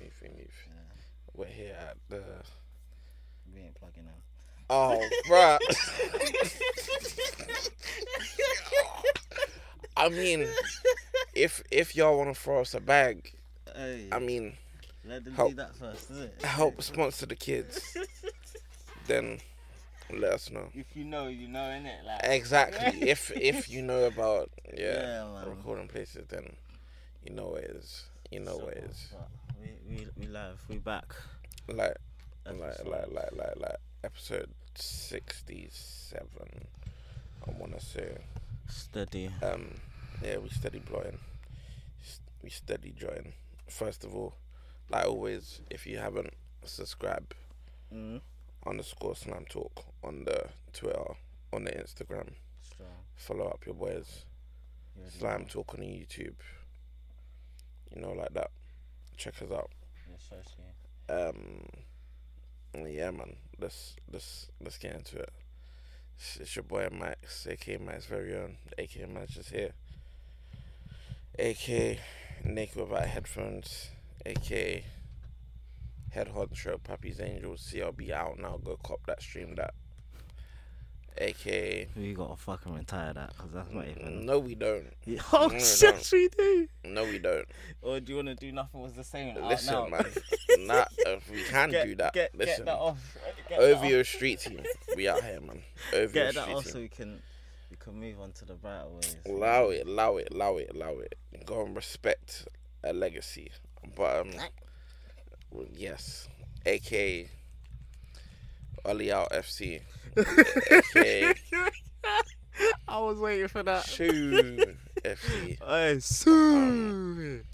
life. Went here at the. We ain't plucking them. Oh, bruh. I mean, if if y'all want to throw us a bag, Hey, I mean, let them help. do that first, is it? help sponsor the kids. Then let us know. If you know, you know, innit? Like, Exactly. If if you know about yeah, Yeah, man. recording places, then you know what it is. You know what it is. But we, we, we live, we back. Like like Episode. like like like like episode sixty seven. I wanna say. Steady. Um, yeah, we steady blowing. S- We steady join. First of all, like always, if you haven't, subscribe Mm. underscore slam talk on the Twitter, on the Instagram. Strong. Follow up your boys. You already Slam know. talk on the YouTube. You know, like that. Check us out. You're saucy. Um, yeah, man. Let's let's let's get into it. It's, it's your boy Max, aka Max very own, aka Max is here, aka Nick without headphones, aka Head Honcho, Pappy's Angels, CLB out now. Go cop that, stream that. Aka We gotta fucking retire that because that's not even. no, we don't. Oh, Mm. No, we shit, we do. No, we don't. Or do you wanna do nothing was the same? out Listen, now? man. Nah, if we can Get- do that. Get, Listen, get that off. Get that off. OVO Street Team, we out here, man. OVO Get Street that off Team. so we can we can move on to the brighter ways. Allow it, allow it, allow it, allow it. Go and respect a legacy. But um, well, yes, aka Ollie out FC, aka I was waiting for that. Shoe FC. Hey, soon.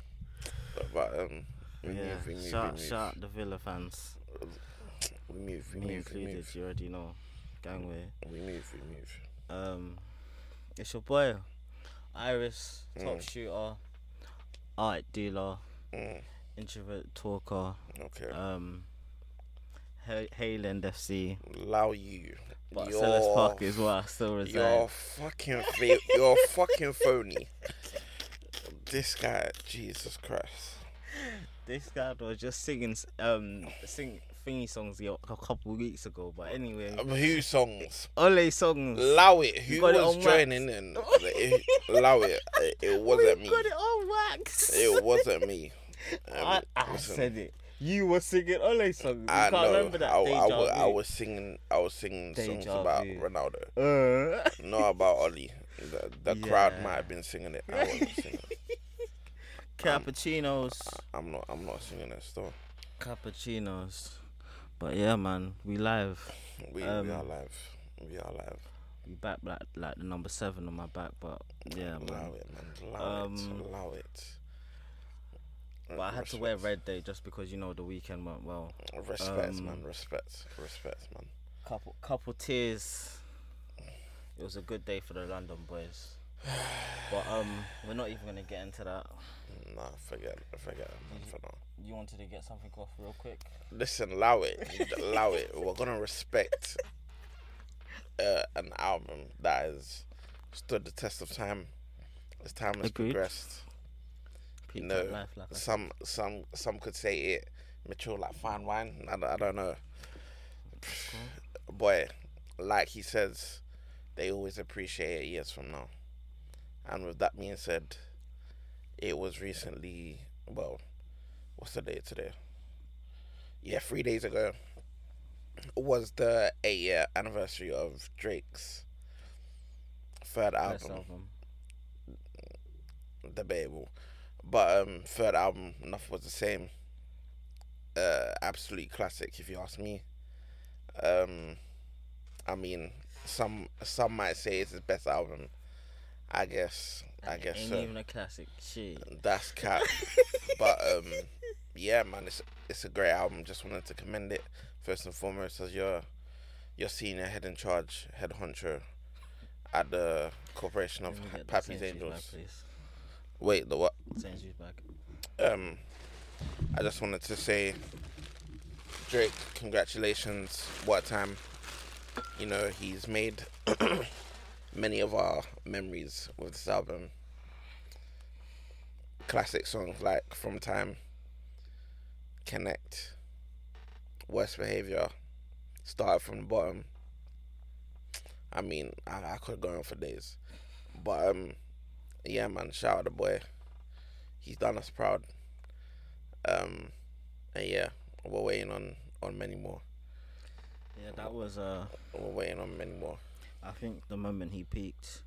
But um, we Yeah, move, we move, shout, we move, shout out the Villa fans. we move, we move, Me we included, move, you already know. Gangway. we move, we move. Um, it's your boy, Iris, top shooter, art dealer, Mm, introvert talker, okay, um, Ha- Hayland FC. allow you. But Your- Sellers Park is where I still reside. You're fucking, fa- you're fucking phony. This guy, Jesus Christ. This guy was just singing um sing thingy songs a a couple weeks ago, but anyway, Um, who songs? Ole songs. Allow it. Who You got it was on wax. joining in? Allow it. It- It wasn't we me. got it on wax. It wasn't me. Um, I, I listen, said it. You were singing Ole songs. You I can't know. remember that. I, Deja I, wa- I vu. was singing. I was singing songs Deja about vu. Ronaldo, Uh, not about Oli. The, the crowd Yeah. might have been singing it. I wasn't singing. it. cappuccinos. I'm not. I'm not singing it. Still, Cappuccinos. But yeah, man, we live. we, Um, we are live. We are live. We back like like the number seven on my back, but yeah, man. Allow it, man. Allow Um, it. Allow it. But I had to wear red day just because you know the weekend went well. Respect, um, man. Respect. Respect, man. Couple couple tears. It was a good day for the London boys. But um, we're not even gonna get into that. Nah, forget, forget, man, Mm-hmm. for now. You wanted to get something off real quick. Listen, allow it, allow it. We're gonna respect uh, an album that has stood the test of time. As time has Agreed. progressed, Peak No. no. life, like I- some, some, some could say it mature like fine wine. I, don't- I don't know, boy. Like he says, they always appreciate it years from now. And with that being said, it was recently. Well, what's the date today? yeah, three days ago was the eight year anniversary of Drake's third Best album, album. debatable, but um, third album, enough was the same. Uh, absolute classic, if you ask me. Um, I mean, some some might say it's his best album. I guess, I guess Ain't so. even a classic. Shit. That's cat. but um, yeah, man, it's it's a great album. Just wanted to commend it first and foremost as your your senior head in charge, head honcho at the corporation of Let me get the Pappy's Saint Jude bag, Angels. please. Wait, the what? Saint Jude bag. Um, I just wanted to say, Drake, congratulations. What a time? You know, he's made many of our memories with this album. Classic songs like From Time, connect. Worst behavior. Start from the bottom. I mean, I, I could go on for days, but um, yeah, man, shout out the boy. He's done us proud. Um, and yeah, we're waiting on on many more. Yeah, that was uh We're waiting on many more. I think the moment he peaked.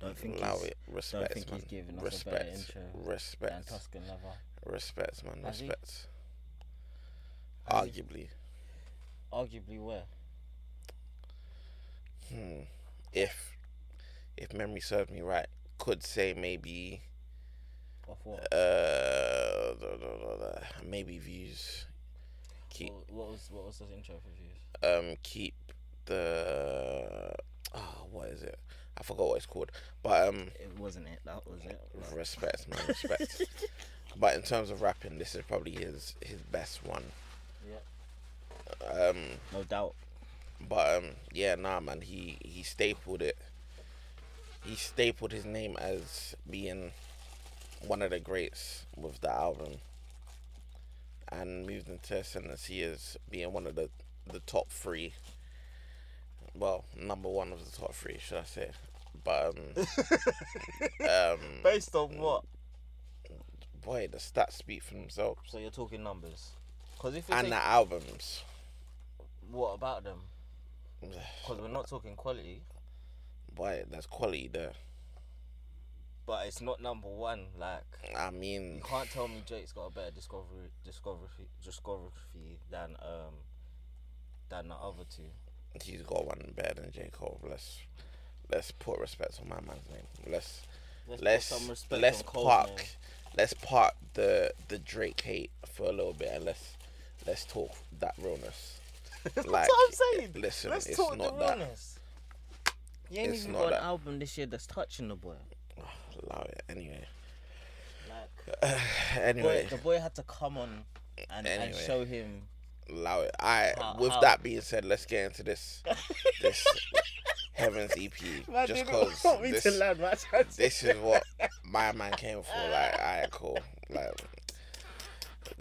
Don't think Allow he's it. Respect, think man. he's giving us a respect. better intro than Respect. Tuscan Lover. Respect, man. Has he? Respect. Has he? Arguably, Arguably where? hmm, if if memory serves me right, could say maybe Of what? uh da- da- da- da, maybe views. Keep What- What was what was the intro for views? um keep the oh what is it? I forgot what it's called. But um It wasn't it. That was it. Like, respect, man, respect. but in terms of rapping, this is probably his his best one. yeah, Um no doubt. But um, yeah, nah, man, he he stapled it. He stapled his name as being one of the greats with the album, and moved into ascendancy as being one of the the top three. Well, number one of the top three, should I say? But um, um, Based on what? boy, the stats speak for themselves, So you're talking numbers. Because if you and think, the albums. what about them? Because we're not talking quality, Boy, that's quality there. but it's not number one. Like I you mean, can't tell me Drake's got a better discovery, discovery, discography than um than the other two. he's got one better than J. Cole. Let's let's put respect on my man's name. Let's Let's, put let's some respect let's on Cole's park name. let's park the the Drake hate for a little bit and let's let's talk that realness. That's like, what I'm saying. listen, let's it's talk the not that. realness. You ain't It's even not got an that. album this year that's touching the boy. Allow it anyway. Like anyway, boy, the boy had to come on and, and Anyway. show him. allow it. I How- with how- that being said, let's get into this this Heaven's EP just cause this, land my this is what my man came for. Like, alright, cool. Like,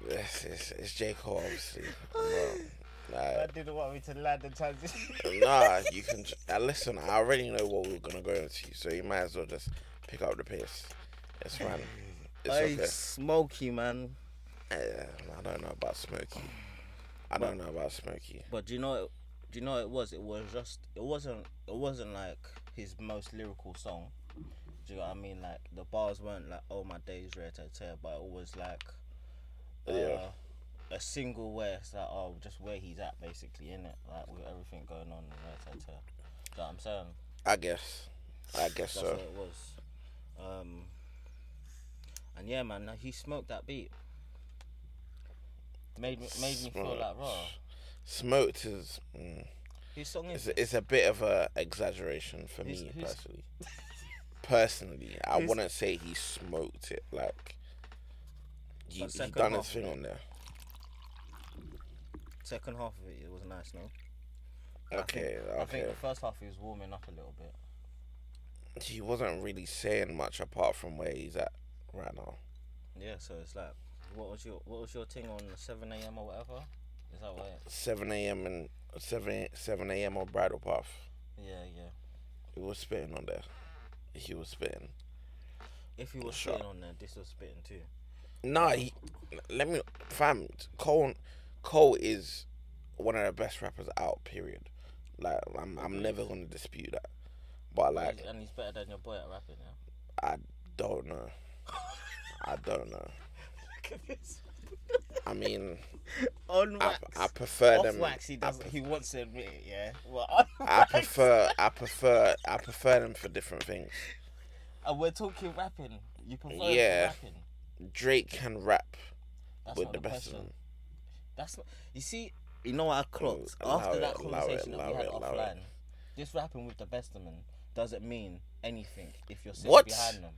this is it's J Cole, obviously. Bro, like, didn't want me to land the transition. nah, you can. j- Uh, listen, I already know what we're gonna go into, so you might as well just pick up the pace. It's fine. It's Hey, okay. Smokey man. Uh, I don't know about Smokey. I don't know about Smokey. But do you know? It, do you know what it was? It was just. It wasn't. It wasn't like his most lyrical song. Do you know what I mean? Like the bars weren't like "Oh my days, rare to tear," but it was like. Uh, Yeah. A single where it's like oh just where he's at basically in it like with everything going on in Red That I'm saying. I guess. I guess That's so. what it was. Um, and yeah, man, he smoked that beat. Made me, made me feel like raw. Smoked is. Mm, Whose song It's is it? a, it's a bit of a exaggeration for Who's- me who's- personally. personally, I Who's- wouldn't say he smoked it. Like he, But he second done his half. thing on there. Second half of it, it was nice, no? I think- Okay, I okay. think the first half he was warming up a little bit. He wasn't really saying much apart from where he's at right now. Yeah, so it's like, what was your what was your thing on 7 a.m. or whatever? Is that what? it- Seven a.m. and seven seven a.m. on Bridal Path. Yeah, yeah. He was spitting on there. He was spitting. If he was Sure. spitting on there, this was spitting too. Nah, he. Let me, fam. Cole, Cole is one of the best rappers out. Period. Like I'm, Mm. I'm never gonna dispute that. But like, He's- and he's better than your boy at rapping now. I don't know. I don't know. Look at this. I mean, On I, wax. I prefer Off them. wax, he I, doesn't. He wants to admit it, yeah. Well, on I wax- prefer. I prefer. I prefer them for different things. And Uh, we're talking rapping. You prefer it to Yeah. rapping. Drake can rap That's with not the the best question. of them. Mm, That's not. You see, you know what I clocked allow after it, that allow it, conversation that we allow had it, allow it. offline. Just rapping with the best of them doesn't mean anything if you're sitting What? behind them.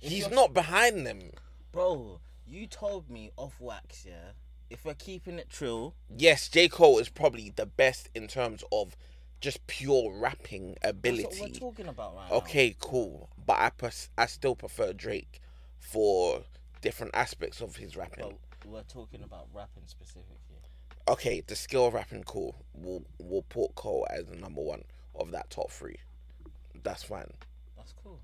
If He's you're- not behind them. bro. You told me off wax, yeah. If we're keeping it true, Yes, J Cole is probably the best in terms of just pure rapping that's what we're ability. talking about right now. Okay, cool. But I pers- I still prefer Drake for different aspects of his rapping. But we're talking about rapping specifically. Okay, the skill of rapping, cool. We'll, we'll put Cole as the number one of that top three. That's fine. That's cool.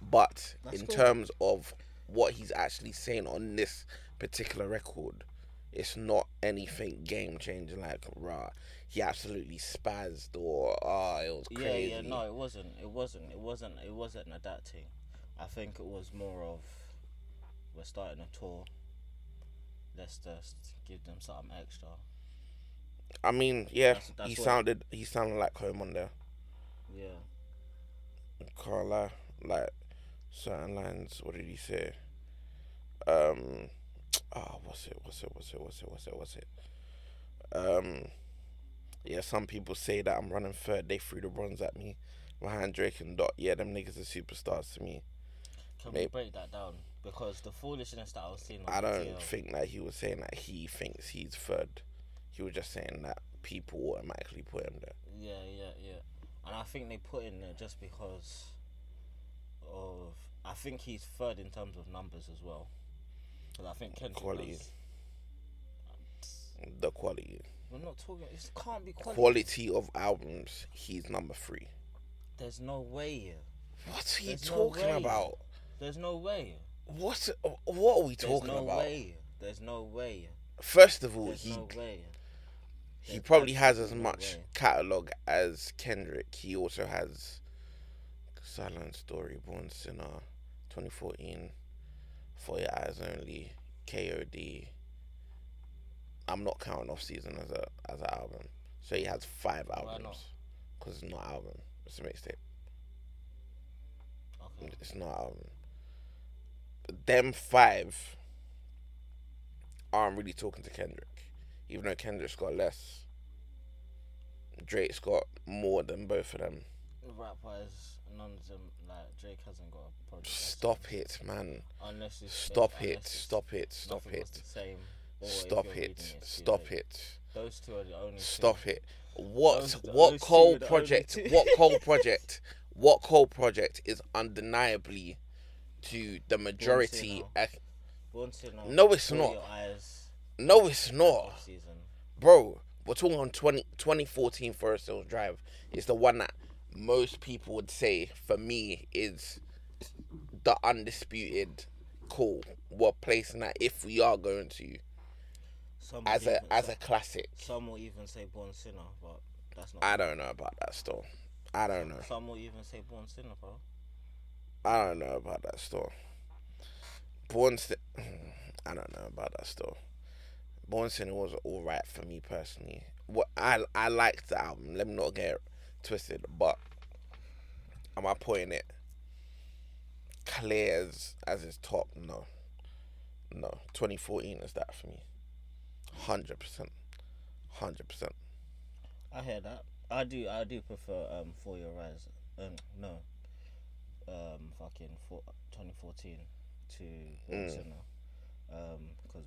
But That's in cool. terms of what he's actually saying on this particular record, it's not anything game changing. Like, rah, he absolutely spazzed or ah, it was crazy. Yeah, yeah, no, it wasn't. It wasn't. It wasn't. It wasn't adapting. I think it was more of we're starting a tour. Let's just give them something extra. I mean, yeah, That's- that's he what- sounded he sounded like home on there. Yeah. Can't lie. Like certain lines. What did he say? Um. Ah, what's it? What's it? What's it? What's it? What's it? What's it? Um. Yeah, some people say that I'm running third. They threw the bronze at me behind Drake and Dot. Yeah, them niggas are superstars to me. Can we Maybe- break that down? Because the foolishness that I was seeing. On I um, don't video, think that he was saying that he thinks he's third. He was just saying that people automatically put him there. Yeah, yeah, yeah. And I think they put in there just because of. I think he's third in terms of numbers as well. Because I think Kendrick. Quality. does- The quality, We're not talking. It can't be quality. quality of albums, he's number three. There's no way. What are you There's no talking way. about? There's no way. What? What are we There's talking no about? way. There's no way. First of all, There's he no way. he There's probably has as absolutely no much way. catalog as Kendrick. He also has Silent Story, Born Sinner, 2014, For Your Eyes Only, K.O.D. I'm not counting off season as a as an album. So he has five not? albums. Because it's not an album. It's a mixtape. Okay. It's not album. But them five aren't really talking to Kendrick, even though Kendrick's got less. Drake's got more than both of them. Rap wise, none of them like Drake hasn't got a project. that's- Stop it, man. Unless it's Stop unless it. it's Stop it. Stop nothing was it. the same, or if Stop you're it. reading it's too Stop late. it. Those two are the only. two. Stop it. Those What are the only what two coal that only project two- what coal project what coal project is undeniably to the majority now. eth- Born Sinner, No, it's All not. Your eyes. No it's not. Off season. bro, we're talking on 20, 2014 Forest Hills Drive. It's the one that most people would say for me is the undisputed call. We're placing that if we are going to Some as would a even- as a some- classic. Some will even say Born Sinner, but that's not. I don't know about that store. I don't know. Some will even say Born Sinner, bro. I don't know about that store. Born Sin- I don't know about that store. Born Sinner was all right for me personally. What I I liked the album. Let me not get it twisted, but am I putting it clear as as its top? No, no. Twenty fourteen is that for me. Hundred percent, hundred percent. I hear that. I do. I do prefer um For Your Eyes. Um, no. Um, fucking for 2014 to Born Mm. Sinner. Um, because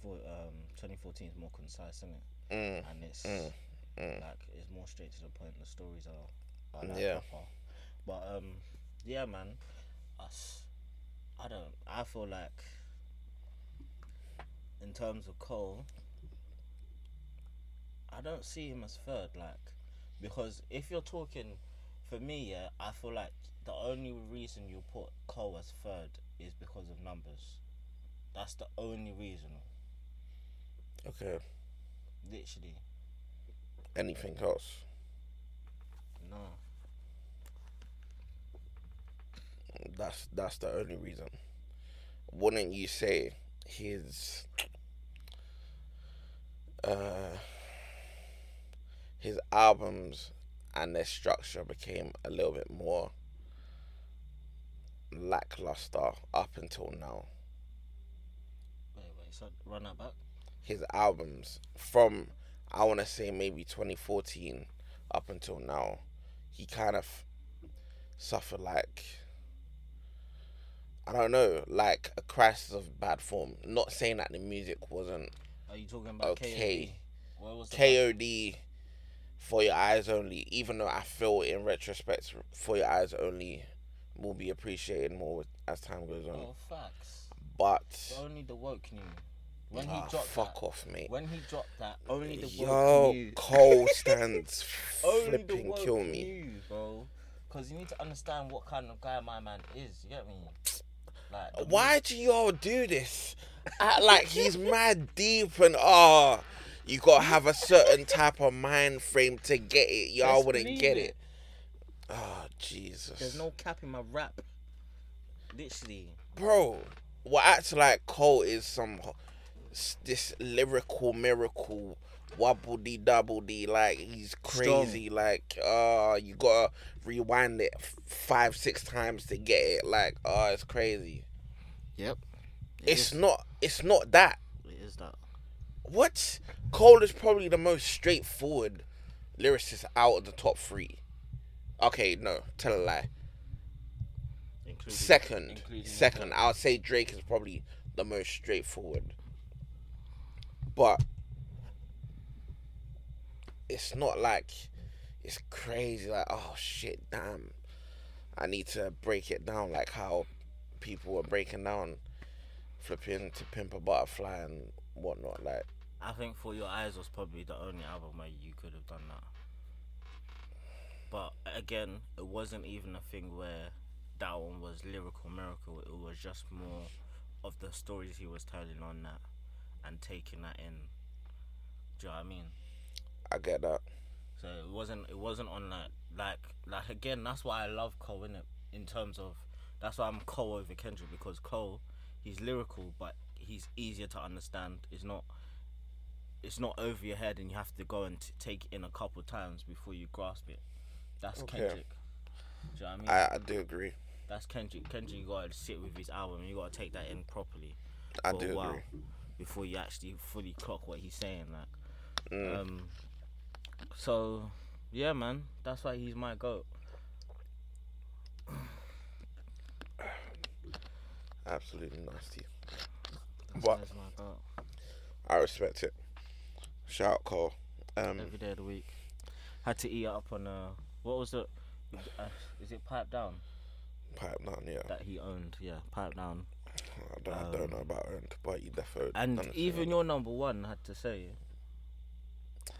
for um 2014 is more concise, isn't it? Mm. And it's like it's more straight to the point. The stories are, are like, Yeah. proper. But um, yeah, man. Us. I don't. I feel like. In terms of Cole, I don't see him as third, like, because if you're talking, for me, yeah, I feel like the only reason you put Cole as third is because of numbers. That's the only reason, Okay. literally. Anything else? No, That's that's the only reason. Wouldn't you say his uh his albums and their structure became a little bit more lackluster up until now. wait, wait. So run that back. His albums from I wanna say maybe twenty fourteen up until now, he kind of suffered like I don't know, like a crisis of bad form. Not saying that the music wasn't Are you talking about okay. KOD? Where was the back- KOD for your eyes only, even though I feel in retrospect for your eyes only will be appreciated more with- as time goes on. Oh, facts. But Only the woke knew. When he Ah, dropped fuck that, off, mate. when he dropped that, only the world Yo, knew. Cole stands Only the flipping world kill me. knew, bro. Because you need to understand what kind of guy my man is. You get me? Like the Why do y'all do this? Act like he's mad deep and ah, you gotta have a certain type of mind frame to get it. Y'all Just wouldn't believe get it. it. Oh Jesus. There's no cap in my rap. Literally. bro, what acts like Cole is some h- s- this lyrical miracle wobble dee double dee like he's crazy like uh you gotta rewind it f- five six times to get it like uh it's crazy Yep. it's not it's not that It is that. what Cole is probably the most straightforward lyricist out of the top three okay no tell a lie Including, second including the second i would say drake is probably the most straightforward but it's not like it's crazy like oh shit damn i need to break it down like how people were breaking down flipping to pimp a butterfly and whatnot like I think For Your Eyes was probably the only album where you could have done that. But again, it wasn't even a thing where that one was lyrical miracle. It was just more of the stories he was telling on that and taking that in. Do you know what I mean? i get that So it wasn't it wasn't on like like like again that's why I love Cole in in terms of that's why I'm Cole over Kendrick because Cole he's lyrical but he's easier to understand. It's not it's not over your head and you have to go and t- take it in a couple times before you grasp it. That's Okay. Kendrick. Do you know what I mean? i, I do agree That's Kendrick. Kendrick, you gotta sit with his album. You gotta take that in properly. i for a do while agree before you actually fully clock what he's saying. Like, Mm. um, so yeah, man, that's why he's my goat. absolutely nasty That's What? why he's my goat i respect it shout out cole um every day of the week. Had to eat it up on uh, what was it? Uh, is it Pipe Down pipe down yeah that he owned? Yeah, Pipe Down. I don't, I don't know about earned, but you definitely. And done it, even yeah. your number one had to say it.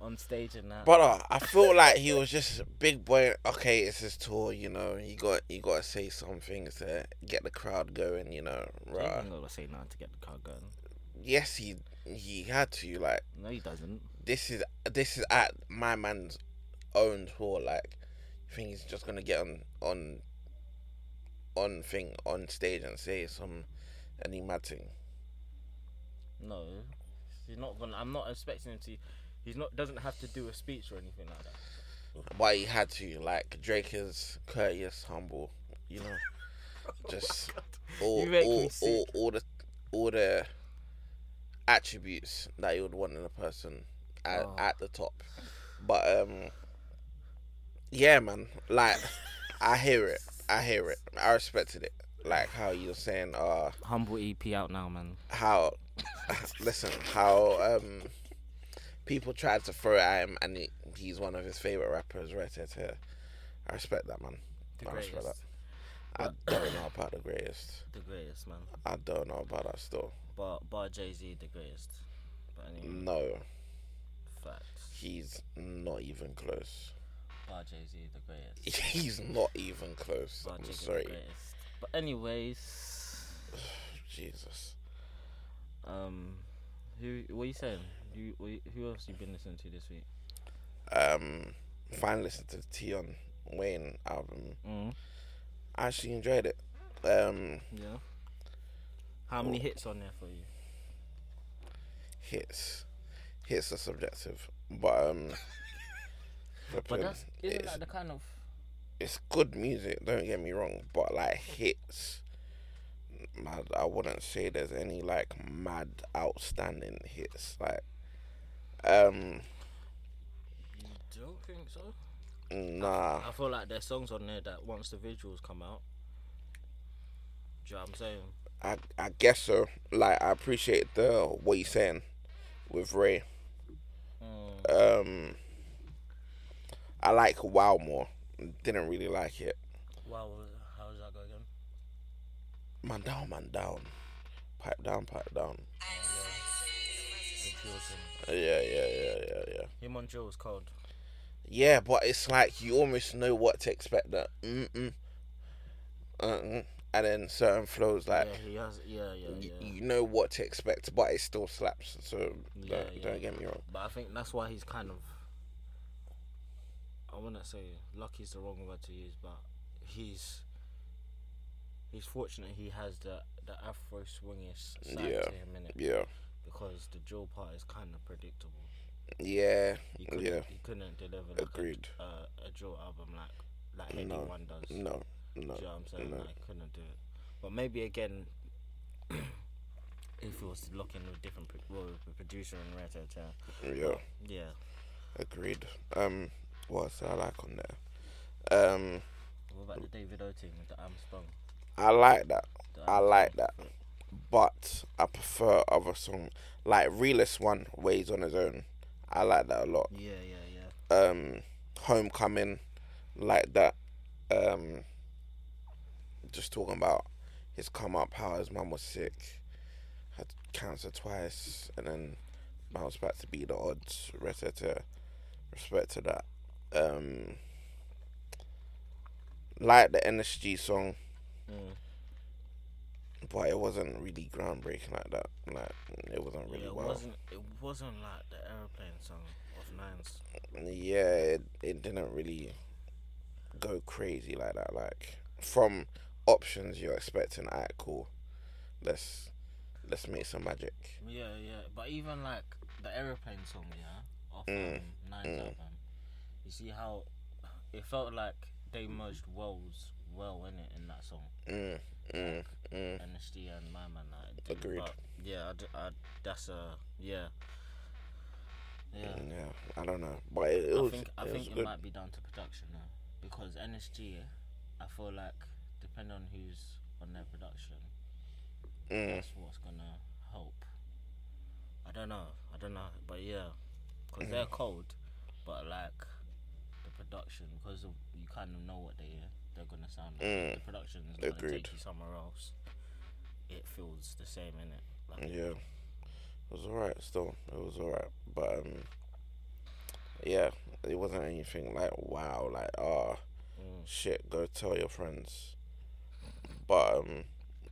on stage and that. But uh, I feel like he was just a big boy. Okay, it's his tour, you know. You got you got to say some things to get the crowd going, you know. Right? I'm gonna say nothing to get the car going. Yes, he he had to. Like No, he doesn't. this is this is at my man's own tour. Like, you think he's just gonna get on on on thing on stage and say some any mad thing? No, he's not gonna. I'm not expecting him to. He's not. Doesn't have to do a speech or anything like that. But he had to. Like Drake is courteous, humble, you know. Just all, Oh You make me all, sick. all, all the all the attributes that you would want in a person at, Oh. at the top. But um, yeah, man. Like I hear it. I hear it. I respected it. Like how you're saying, uh, Humble EP out now, man. how listen how um people tried to throw at him and he, he's one of his favorite rappers right there to- i respect that man The i respect that greatest. i don't know about the greatest The greatest, man. i don't know about that still Bar, bar Jay Z, the greatest. But anyway, no facts. he's not even close Bar Jay Z, the greatest. he's not even close Bar i'm Jay-Z, sorry the greatest. But anyways, jesus um, who? What are you saying? You, what you- who else you been listening to this week? um finally listened to the tion wayne album Mm. i actually enjoyed it um Yeah. How many hits on there for you? hits hits are subjective but um But flipping, that's isn't it's, that the kind of it's good music don't get me wrong but like hits mad i wouldn't say there's any like mad outstanding hits like um you don't think so? nah I feel like there's songs on there that once the visuals come out. Do you know what I'm saying? i i guess so like i appreciate the what you're saying with ray Mm, um i like wow more didn't really like it wow, how does that go again? man down man down pipe down, pipe down. He drills him. Yeah, yeah, yeah, yeah, yeah. Him on drill is cold. Yeah, but it's like you almost know what to expect. That mm mm, mm, and then certain flows like yeah, he has. Yeah, yeah, y- yeah. you know what to expect, but it still slaps. So Yeah, don't, yeah, don't get me wrong. But I think that's why he's kind of. I wouldn't say lucky is the wrong word to use, but he's. He's fortunate he has the the Afro swingish side Yeah. to him in it Yeah, because the drill part is kind of predictable. yeah, He couldn't, yeah. he couldn't deliver like Agreed. A, a, a drill album like like No, anyone does. No, no. Do you know what I'm saying? no. Like, couldn't do it. But maybe again, if it was looking with different pro- well, with the producer and Red Hot Chili. Yeah, yeah, agreed. Um, what else did I like on there? Um, what about the David O team with the I'm Sprung? I like that. The I I'm like Sprung that, fit. but I prefer other song like realist one ways on his own. I like that a lot. Yeah, yeah, yeah. um homecoming like that um just talking about his come up how his mum was sick had cancer twice and then bounced back to be the odds respect to respect to that um like the NSG song Mm. but it wasn't really groundbreaking like that like it wasn't really yeah, it well wasn't it wasn't like the aeroplane song of Nines. yeah, it, it didn't really go crazy like that. Like from options, you're expecting, alright, cool, let's let's make some magic. Yeah, yeah. But even like the aeroplane song, yeah, off Mm, um, Nines mm. album. You see how it felt like they merged worlds well in it in that song. Mm, mm, mm. NSD and my man. I do, Agreed. But yeah, I, d- I- that's a yeah. Yeah, Yeah, I don't know, but it, Mm, it I was think I it think was it good. might be down to production now because NSG, I feel like depending on who's on their production, Mm, that's what's gonna help. I don't know, I don't know, but yeah, because Mm. they're cold, but like the production, because of, you kind of know what they they're gonna sound like. Mm. The production is gonna Agreed. take you somewhere else. It feels the same in it. Like, yeah, it was alright. Still, it was alright, but um, yeah, it wasn't anything like wow, like ah. mm, shit, go tell your friends. But um,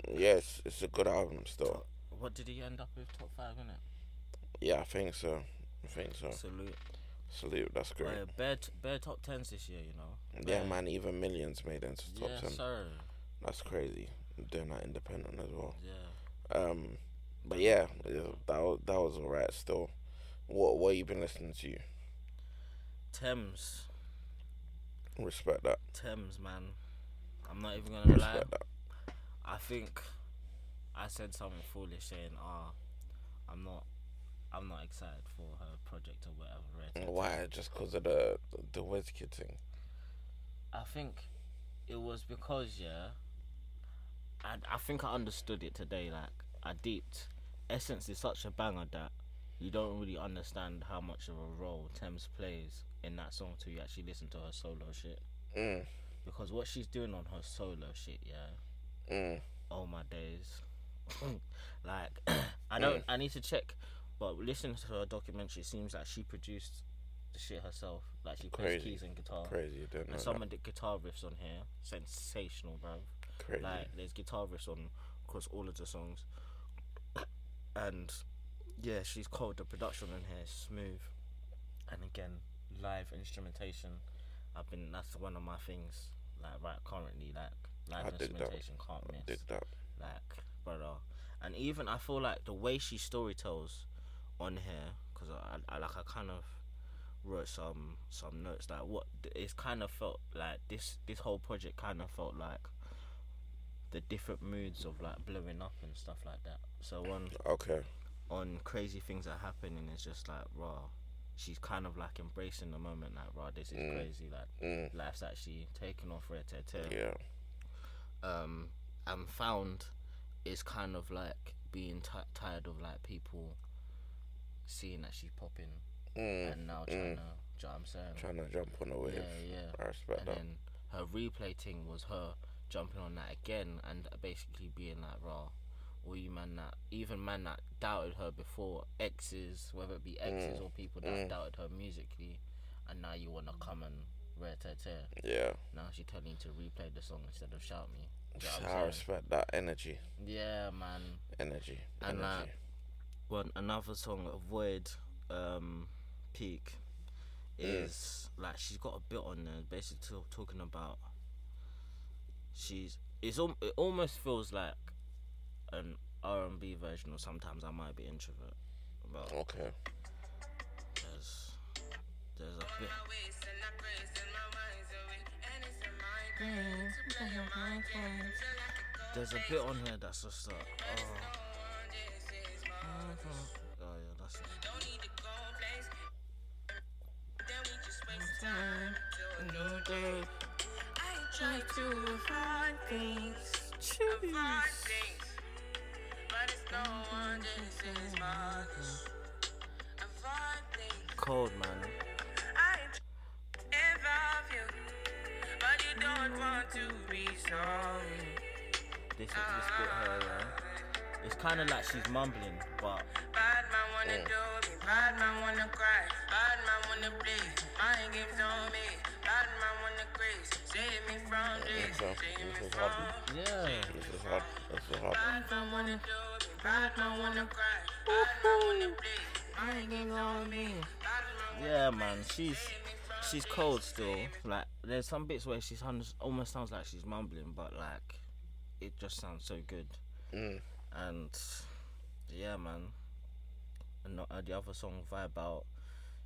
yes, it's a good album still. What did he end up with? Top five, innit? Yeah, I think so. I think so. Salute. Salute, that's Oh, great. Uh, bare, t- bare top tens this year, you know. yeah, Bare- man, even millions made it into top yeah, ten. sir. That's crazy. Doing that independent as well. Yeah. Um, but yeah, yeah, that was, that was alright still. What what you been listening to? Thames. Respect that. Thames, man. I'm not even gonna lie. Respect that. I think I said something foolish saying, ah, I'm not. I'm not excited for her project or whatever. Red Tide." Why? Just because of the the WizKid thing? I think it was because yeah, I I think I understood it today. Like I deeped. Essence is such a banger that you don't really understand how much of a role Thames plays in that song till you actually listen to her solo shit. Mm, Because what she's doing on her solo shit, yeah. mm, Oh my days. like I don't. I need to check. But listening to her documentary, it seems like she produced the shit herself. Like she plays Crazy. uh-huh. keys and guitar. crazy, don't know. And some of the guitar riffs on here, sensational, bruv. that. Crazy. Like, there's guitar riffs on across all of the songs. And yeah, she's cold. The production on here is smooth. And again, live instrumentation. I've been, that's one of my things, like, right currently, like, I dig live that. instrumentation can't miss Did that. like brother. And even I feel like the way she story tells on here, because I, I like I kind of wrote some some notes like what it's kind of felt like this this whole project kind of felt like the different moods of like blowing up and stuff like that. So on Okay. on crazy things that happen and it's just like raw. She's kind of like embracing the moment, like raw. This is Mm. crazy. Like Mm, life's actually taking off. Red Ted Ted yeah. um, and found is kind of like being ti tired of like people seeing that she's popping Mm, and now trying to, do you know what I'm saying? trying to jump on a wave. Yeah, yeah. I respect And that. then her replay thing was her jumping on that again and basically being like, raw, all you man that even man that doubted her before exes, whether it be Mm, exes or people that doubted her musically, and now you wanna come and rare tear tear. Yeah. Now she telling you to replay the song instead of shout me. Do you know what I'm I saying? respect that energy. Yeah, man. Energy. And energy. that- Well, another song, Avoid um, Peak, is like she's got a bit on there, basically t- talking about she's it's al- it almost feels like an R and B version, or sometimes I might be introvert, but okay. there's there's a bit. There's a bit on here that's just like, oh, oh yeah, that's it. Cold man. This, this bit here, yeah. It's kind of like she's mumbling, but Bad man wanna do me, bad man wanna cry, bad man wanna bleed, my game's on me, bad man wanna grace, save me from this, Okay. save me This is from hard. yeah, This is hard. This is hard. Bad man wanna do me, bad man wanna cry, bad man wanna bleed, my game's on me, bad man wanna yeah, man. She's save me from she's cold still. Like there's some bits where she sounds almost sounds like she's mumbling, but like it just sounds so good. Mm. And yeah, man. And the, uh, the other song vibe out.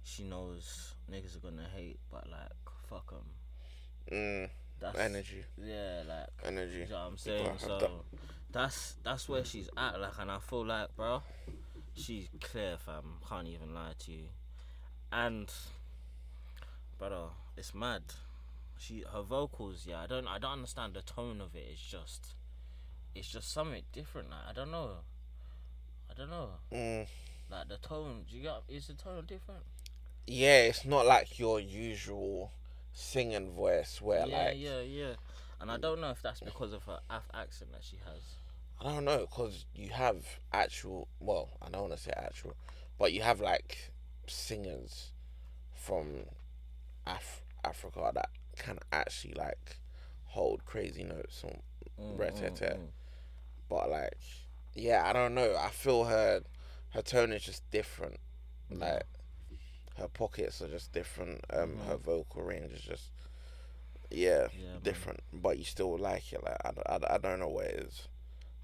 She knows niggas are gonna hate, but like fuck 'em. Mm. That's Energy. Yeah, like Energy. you know what I'm People saying. have that. So that's that's where she's at. Like, and I feel like, bro, she's clear, fam. Can't even lie to you. And, brother, it's mad. She her vocals, yeah. I don't I don't understand the tone of it. It's just, it's just something different. Like, I don't know. I don't know. Mm. Like the tone, do you got? Is the tone different? Yeah, it's not like your usual singing voice where yeah, like yeah, yeah. And I don't know if that's because of her af accent that she has. I don't know because you have actual. Well, I don't want to say actual, but you have like singers from Af- Africa that can actually like hold crazy notes on Mm, rat mm, mm. But like, yeah, I don't know. I feel her her tone is just different. Mm. Like her pockets are just different. Um, her vocal range is just yeah, Mm. Yeah, man. different. But you still like it. Like I, d- I d- I don't know what it is.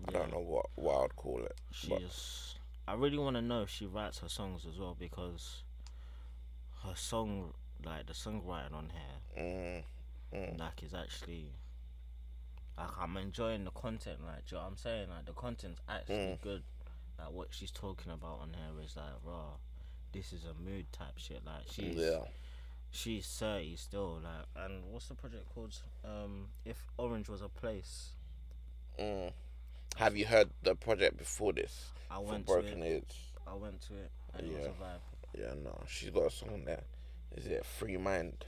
I don't know what what I'd call it. She But is. I really want to know if she writes her songs as well because her song, like the songwriting on here, mm, like is actually. Like I'm enjoying the content, like do you know what I'm saying? Like the content's actually Mm. good. Like what she's talking about on here is like raw. This is a mood type shit. Like she's yeah, she's thirty still. Like and what's the project called? Um, if Orange was a place, mm. have you heard the project before this? I For went to Broken it. Ears. I went to it and it was Yeah. a vibe. Yeah, no, she's got a song there. Is it Free Mind?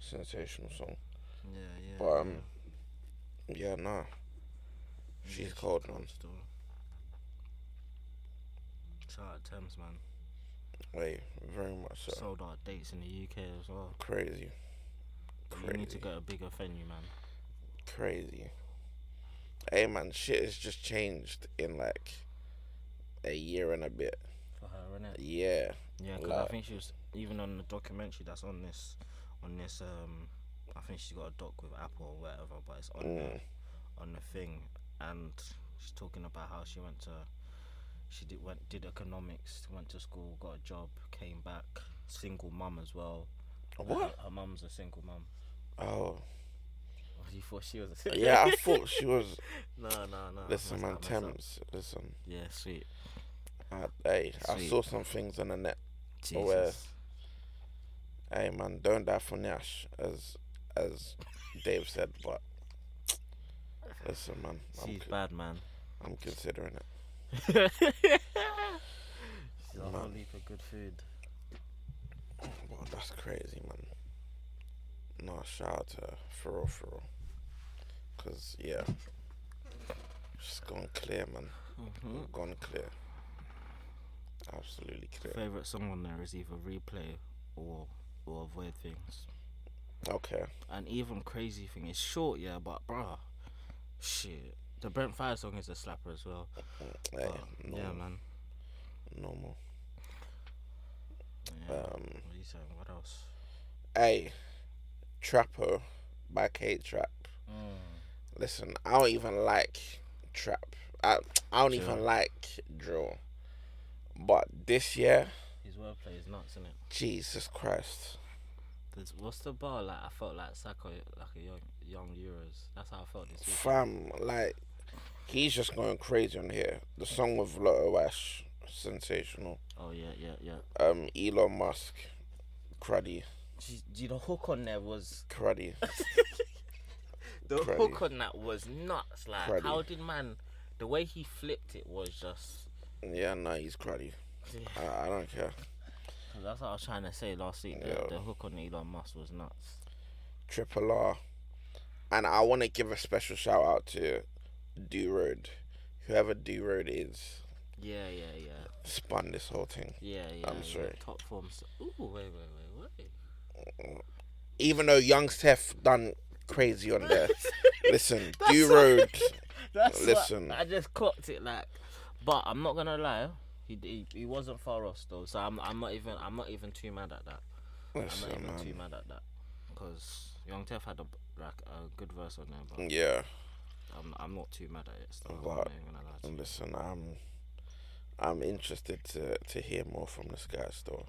Sensational song. Yeah, yeah. But yeah. um, yeah, nah. She's cold, man. Still. Shout out Thames, man. Wait, very much so. Sold out dates in the UK as well. crazy, You need crazy, to get a bigger venue, man. crazy. Hey, man, shit has just changed in like a year and a bit. For her, innit? Yeah, Yeah, because I Like- think she was even on the documentary that's on this, on this. Um, I think she's got a doc with Apple or whatever, but it's on Mm. the on the thing, and she's talking about how she went to, she did went did economics, went to school, got a job, came back, single mum as well. Like, What? Her, her mum's a single mum. Oh, You thought she was a single? yeah. I thought she was. No, no, no. Listen, man, messed up, messed up. Thames. Listen, Yeah, sweet. I, hey, I Sweet. saw some things on the net. Jesus. Oh, uh, Hey, man, don't die for Nash, as as Dave said. But listen, man, I'm, She's con- bad, man. I'm considering it. She's a whole heap of good food. Well, that's crazy, man. No, shout out to her, for real, for real. Cause yeah, she's gone clear, man. Mm-hmm. We've gone clear. Absolutely clear. Favorite song on there is either replay or or avoid things. Okay. And even crazy thing is short, yeah, but bruh, shit. The Brent Fire song is a slapper as well. Eh, But, no, yeah, man. Normal. Yeah. Um, what are you saying? What else? Hey, Trapper by K Trap. Mm, Listen, I don't even like trap. I, I don't even like drill. But this year, His wordplay is nuts, isn't it? Jesus Christ. There's, what's the bar like? I felt like Sacco, like a young young Euros. That's how I felt this week. Fam, like, he's just going crazy on here. The song with Lotto Ash, sensational. Oh yeah, yeah, yeah. Um, Elon Musk, cruddy, Gee, gee, the hook on there was cruddy. the Cruddy. hook on that was nuts. Like Cruddy. how did man? The way he flipped it was just. yeah, no, he's cruddy. I, I don't care. 'cause that's what I was trying to say last week. The, Yeah. the hook on Elon Musk was nuts. Triple R. And I want to give a special shout out to Do Road. Whoever Do Road is, Yeah, yeah, yeah, spun this whole thing. yeah, yeah. I'm yeah. sorry. Top forms. Ooh, wait, wait, wait, wait. Even though Young Steph done crazy on there. Listen, Do Road. That's what- Listen. I just clocked it like, but I'm not gonna lie. He, he, he wasn't far off though, so I'm, I'm not even I'm not even too mad at that. I'm Listen, not even too man. mad at that because Young Tef had a b- like a good verse on there, but Yeah, I'm, I'm not too mad at it. Still, I'm But- um, not even gonna lie to you. listen, I'm. I'm interested to, to hear more from this guy still.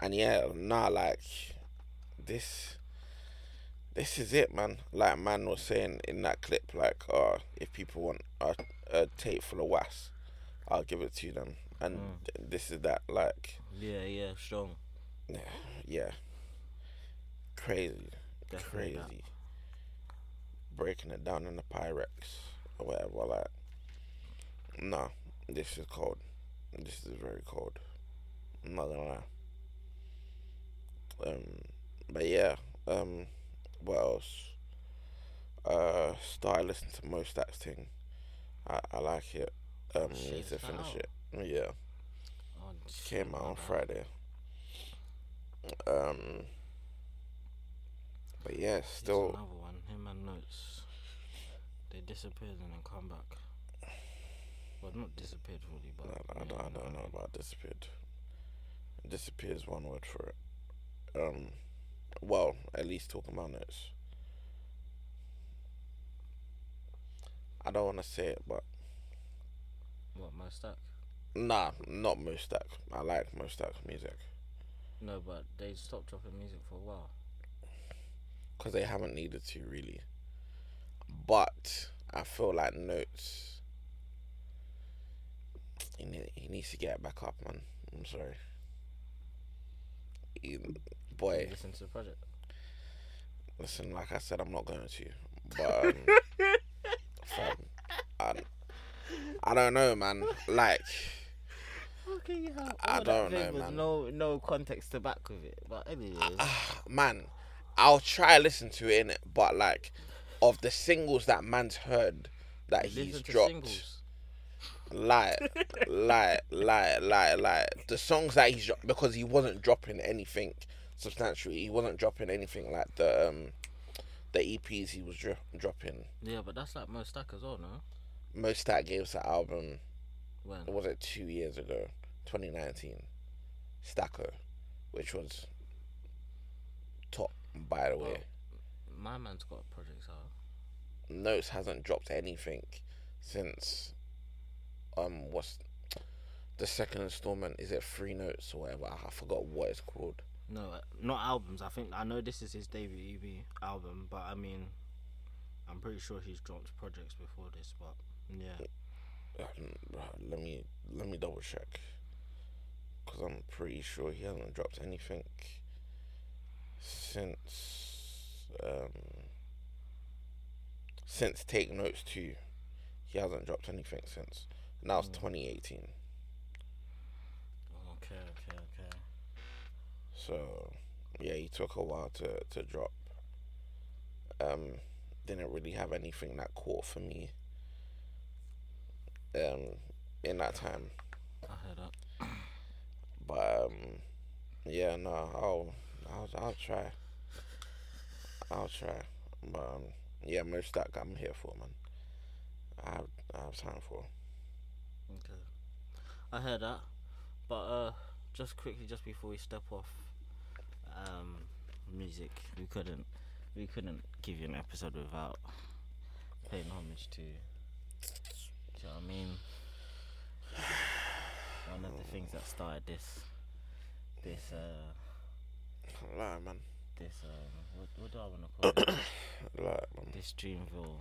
And yeah, nah, like this this is it, man. Like man was saying in that clip, like, uh, if people want a, a tape full of was, I'll give it to them. And th- this is that, like, Yeah, yeah, strong. yeah, crazy, Definitely crazy. that. Breaking it down in the Pyrex or whatever, like, no, this is cold. This is very cold. I'm not gonna lie. Um, but yeah, um, what else? Uh, started listening to Most That's thing. I, I like it. Um, Shit, need to it's not finish out. it. Yeah Oh, shit, came out my on bad. Friday. Um, but yeah, Here's still another one. Him and Notes. They disappeared and then come back. Well, not disappeared really, but I, I, yeah, don't, I you know don't what know about disappeared. Disappears one word for it. Um, well, at least talking about notes. I don't want to say it, but mean? What my stack? nah, not Mostak. I like Mostak music No, but they stopped dropping music for a while. because they haven't needed to really. But I feel like notes. He, ne- he needs to get back up, man. I'm sorry. He- Did boy, you Listen to the project. listen. Like I said, I'm not going to. But um, fam, I, I don't know, man. Like, Okay, you have. I all that don't vague know, was man. Ah, No, no context to back with it. But anyways, man, I'll try to listen to it in it, but like, of the singles that man's heard that he's listen to dropped. singles. like, like, like, like, like the songs that he's dro- because he wasn't dropping anything substantial. He wasn't dropping anything like the um, the EPs he was dro- dropping. Yeah, but that's like most stack as well, no? Most that gave us an album. When? Was it two years ago, 2019, Stacco, which was top by the way. My man's got projects out. Notes hasn't dropped anything since um what's the second installment? Is it Three Notes or whatever? Ah, I I forgot what it's called. No, uh, not albums. I think I know this is his debut EV album, but I mean, I'm pretty sure he's dropped projects before this. But yeah, Um, Let me let me double check because I'm pretty sure he hasn't dropped anything since um since Take Notes two. He hasn't dropped anything since. And that was 2018. okay, okay, okay. So yeah, he took a while to to drop. Um, didn't really have anything that caught for me. um, in that time. I heard that. But um, yeah, no, I'll, I'll I'll try. I'll try. But um, yeah, merch that I'm here for, man. I have, I have time for. Okay. I heard that. But uh just quickly just before we step off um music, we couldn't we couldn't give you an episode without paying homage to do you know what I mean? One of the things that started this this uh Can't Lie, man. this um what, what do I wanna call it? Lie, man. this Dreamville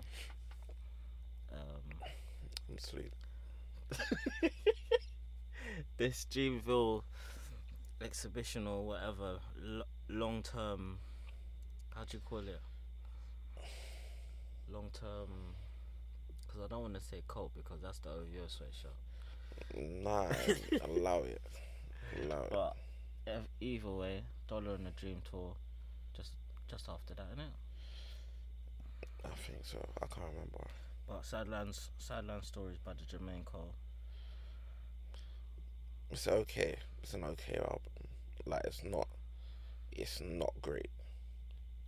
um I'm sleep. this Dreamville exhibition or whatever l- long term how do you call it long term because I don't want to say cult because that's the OVO sweatshop Nah, allow it. Allow it. but ev- either way Dollar and the Dream tour just just after that innit I think so. I can't remember. but Sidelands Sideline Stories by the Jermaine Cole It's okay. It's an okay album. Like it's not. It's not great.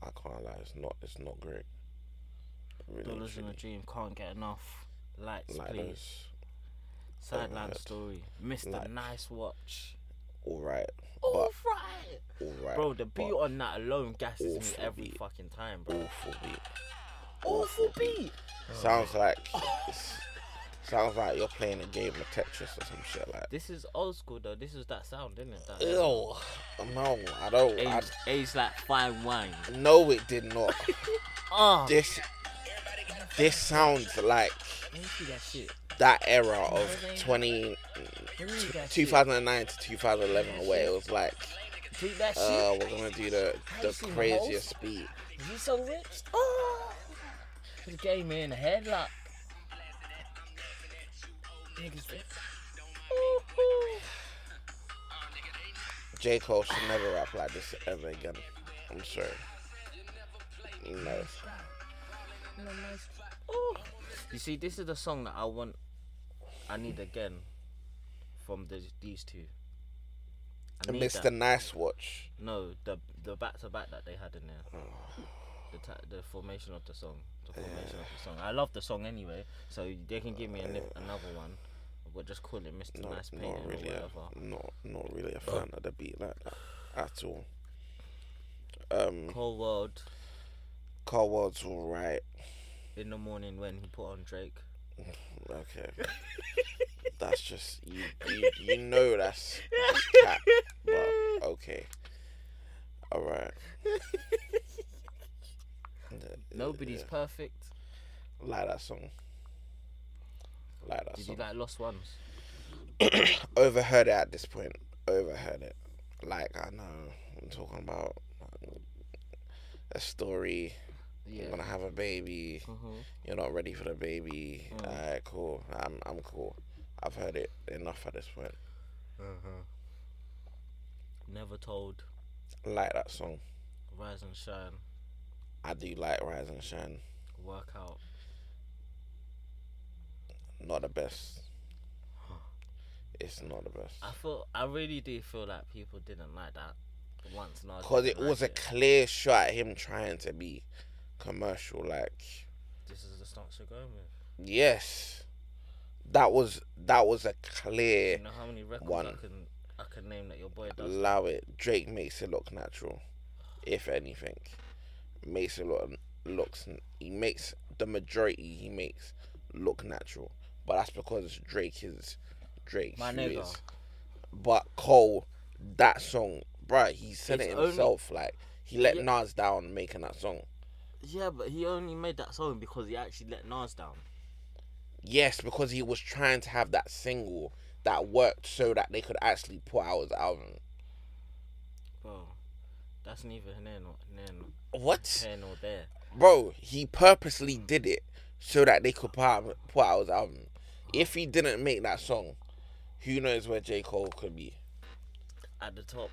I can't lie. It's not. It's not great. Really, Dollars and the truly. Dream can't get enough lights like please those. Sideline overheard. Story Mr. Lights. Nice Watch All right. all but right all right. Bro, the beat but on that alone gasses me Awful every beat. fucking time, bro. awful beat. Awful beat. Sounds like. it's- sounds like you're playing a game of Tetris or some shit like. This is old school though. This is that sound, isn't it? That Ew. No, I don't. I, Age, age like fine wine. no, it did not. Ah, oh, this. This sounds like let me see that shit. that era of 20, Let me see that shit. 2009 to 2011 where it was like Do that uh shit. we're gonna do the the seen craziest beat You so rich. Oh, this game in a headlock. Niggas rich. Ooh-hoo. j cole should never rap like this ever again i'm sure no Ooh. You see, this is the song that I want. I need again from the, these two. I and need mr that. nice watch No, the the back to back that they had in there. The ta- the formation of the song. The formation of the song. I love the song anyway, so they can give me an, another one. We'll just call it Mr. no, nice Painting not or really whatever. a, not not really a fan of the beat like that at all um Cold World carl world's all right in the morning when he put on Drake. okay that's just you you, you know that's, that's cat, but okay all right Nobody's perfect. like that song. Like that Did song. you like Lost Ones? Overheard it at this point. Overheard it. Like I know I'm talking about a story. Yeah. You're gonna have a baby. Mhm. You're not ready for the baby. Uh-huh. Alright, cool. I'm I'm cool. I've heard it enough at this point. Mm-hmm. Never Told, Like that song. Rise and Shine, I do like Rise and Shine. Workout. Not the best. It's not the best. I feel I really do feel like people didn't like that once. Nas Cause it didn't was a like clear shot at him trying to be commercial, like This is the stance you're going with. Yes. That was that was a You clear know how many records I One. can I can name that your boy does. allow it. Drake makes it look natural, if anything. Makes it look looks he makes the majority he makes look natural. But that's because Drake is Drake. My who nigga. is. But Cole, that song, bruh, he said It's it only- himself. Like he let Yeah. Nas down making that song. Yeah, but he only made that song because he actually let Nas down. Yes, because he was trying to have that single that worked so that they could actually put out his album. Bro, that's neither here nor here nor, What? here nor there. Bro, he purposely did it so that they could put out, put out his album. If he didn't make that song, who knows where J. Cole could be? At the top,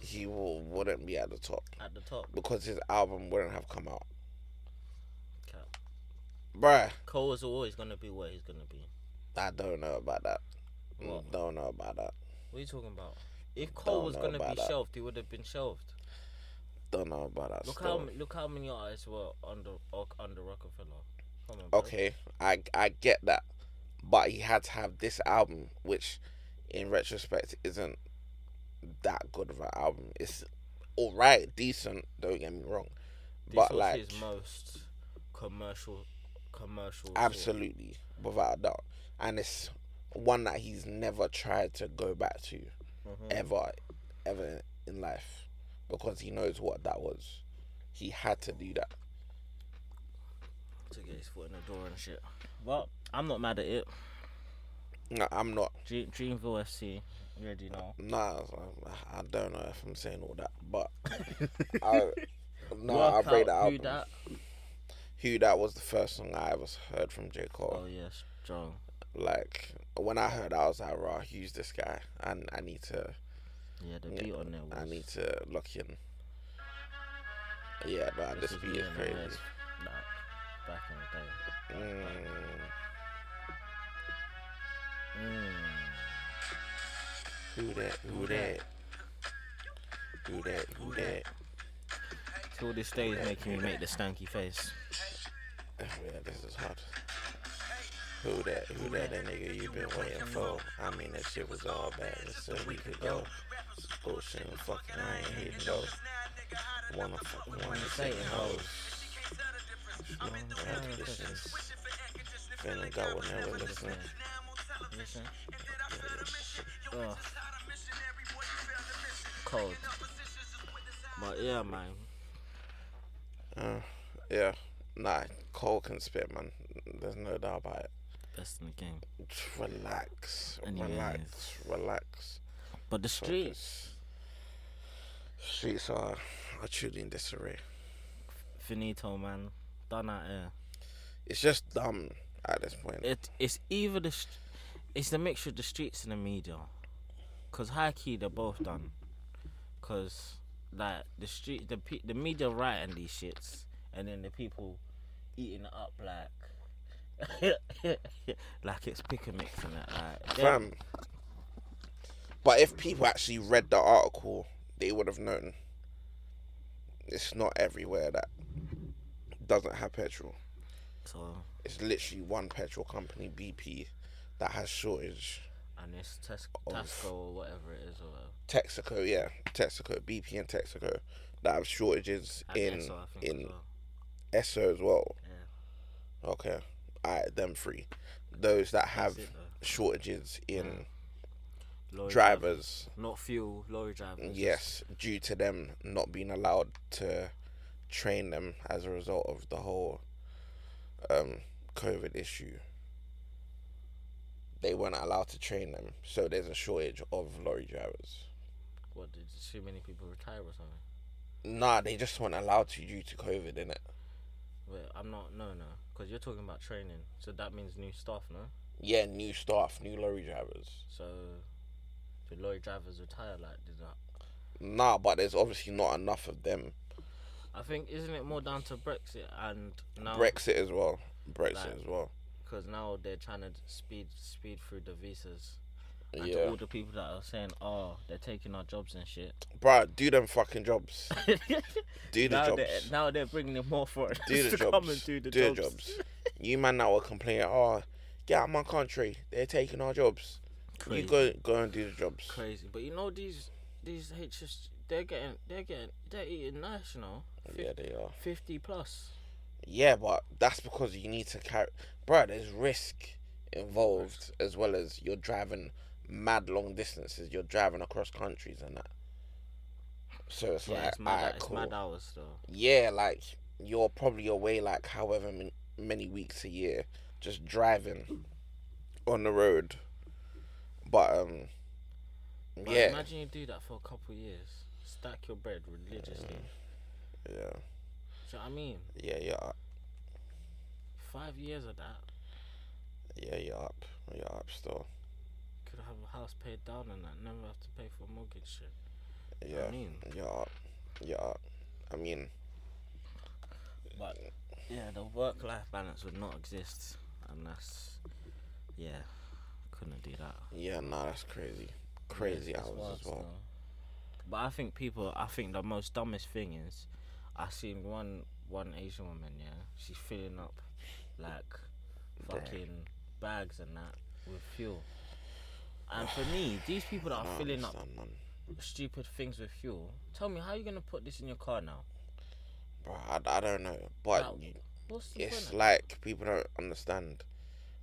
He will, wouldn't be at the top at the top. because his album wouldn't have come out. Cap. Bruh, Cole is always gonna be what he's gonna be. I don't know about that. Mm, What? Don't know about that. What are you talking about? If Cole Don't was know gonna be about that. shelved, he would have been shelved. Don't know about that. Look how still. m- look how many artists were under o- under Rockefeller. Come on, bro. okay, I I get that, but he had to have this album, which, in retrospect, isn't that good of an album. It's alright, decent. Don't get me wrong, This but was like his most commercial commercial. sort. absolutely, without a doubt, and it's one that he's never tried to go back to Mm-hmm. Mhm. ever, ever in life, because he knows what that was. He had to do that. to get his foot in the door and shit. Well, I'm not mad at it. No, I'm not. Dream, Dreamville FC, you already know. Nah, I I don't know if I'm saying all that, but I, no, I Work rate out that album. Who that? Who That was the first song I ever heard from J Oh Cole. yes, strong. Like when I heard, that, I was like, "Raw, who's this guy?" And I need to, Yeah, the Yeah, beat on there was. I need to lock in. Yeah, nah, this, was beat is Lil crazy. Nas, like, back in the day. Mm, Mm. who that? Who that? Who that? Who that? Till this day is making me make the stanky face. Oh, yeah, this is hard. Who that, who that, that nigga you been waiting for? I mean, that shit was all bad just a week ago. Bullshit and fucking, I ain't hitting those. Wanna fuck, wanna say hoes. Wanna have dishes. Feeling God will never listen. Listen. Ugh. Cold. But yeah, man. Uh, yeah, nah, Cole can spit, man. There's no doubt about it. Best in the game. Just relax, Anyways. relax, relax. But the streets. Focus. Streets are, are truly in disarray. Finito, man. Done out here. It's just dumb at this point. It, it's either the. St- it's the mixture of the streets and the media. Because high key, they're both done. Because, like, the street, the, pe- the media writing these shits, and then the people eating it up like. like it's pick and mix and that. Like, they're- Fam. But if people actually read the article, they would have known. It's not everywhere that doesn't have petrol. so, It's literally one petrol company, BP, that has shortage. and it's Tes- Of- Tesco or whatever it is, or whatever. Texaco, yeah, Texaco, BP and Texaco that have shortages And in Esso, I think, as in well. Esso as well. Yeah, Okay, alright, them three. Those that have it, though. shortages in Lorry drivers. not fuel, lorry drivers. Yes, due to them not being allowed to train them as a result of the whole um, COVID issue. They weren't allowed to train them, so there's a shortage of lorry drivers. What did too many people retire or something? Nah, they just weren't allowed to due to COVID, innit? Wait, I'm not. No, no, because you're talking about training, so that means new staff, no? Yeah, new staff, new lorry drivers. So, the lorry drivers retire like did that. Nah, but there's obviously not enough of them. I think isn't it more down to Brexit and now Brexit as well. Brexit Like, as well. because now they're trying to speed speed through the visas. And to Yeah. all the people that are saying, "Oh, they're taking our jobs and shit." Bruh, do them fucking jobs. Do the now jobs. they're now they're bringing in more foreigners do the to jobs. come and do the jobs. you man that will complain, oh, get out of my country. They're taking our jobs. Crazy. You go go and do the jobs. crazy. But you know these these HS they're getting they're getting they're eating nice, you know. Yeah, they are. Fifty plus. Yeah, but that's because you need to carry. Bro, there's risk involved as well as you're driving mad long distances. You're driving across countries and that. So it's Yeah, like, it's mad. alright, it's cool. mad hours though. yeah, like you're probably away like however man- many weeks a year, just driving on the road. But um, But yeah, Imagine you do that for a couple of years. Stack your bread religiously. Mm. yeah, Do you know what I mean? yeah, you're up, Five years of that yeah, you're up, you're up still. could have a house paid down and that never have to pay for mortgage shit. Yeah, mean? you're up, you're up. I mean, But yeah, the work life balance would not exist unless yeah. couldn't do that. Yeah, no, that's crazy. Crazy It's hours wild as well. still. But I think people, I think the most dumbest thing is, I seen one one Asian woman. Yeah, she's filling up like Bruh. fucking bags and that with fuel. And for me, these people that I are don't filling up understand, man. stupid things with fuel, tell me how you gonna put this in your car now? Bro, I, I don't know, but Like, what's the it's point? like people don't understand.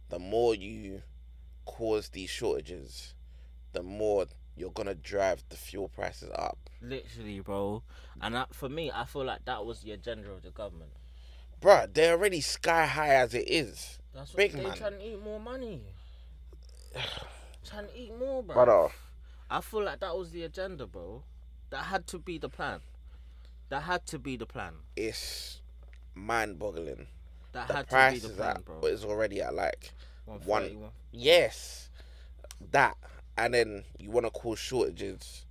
The more you cause these shortages, the more you're gonna drive the fuel prices up. Literally, bro. And that, for me, I feel like that was the agenda of the government. Bruh, they're already sky high as it is. That's what Big they man. trying to eat more money. trying to eat more, bro. Brother. I feel like that was the agenda, bro. That had to be the plan. That had to be the plan. It's mind boggling. That The had price to be is the plan, at, bro. but it's already at like 131. Yes, that, and then you want to cause shortages,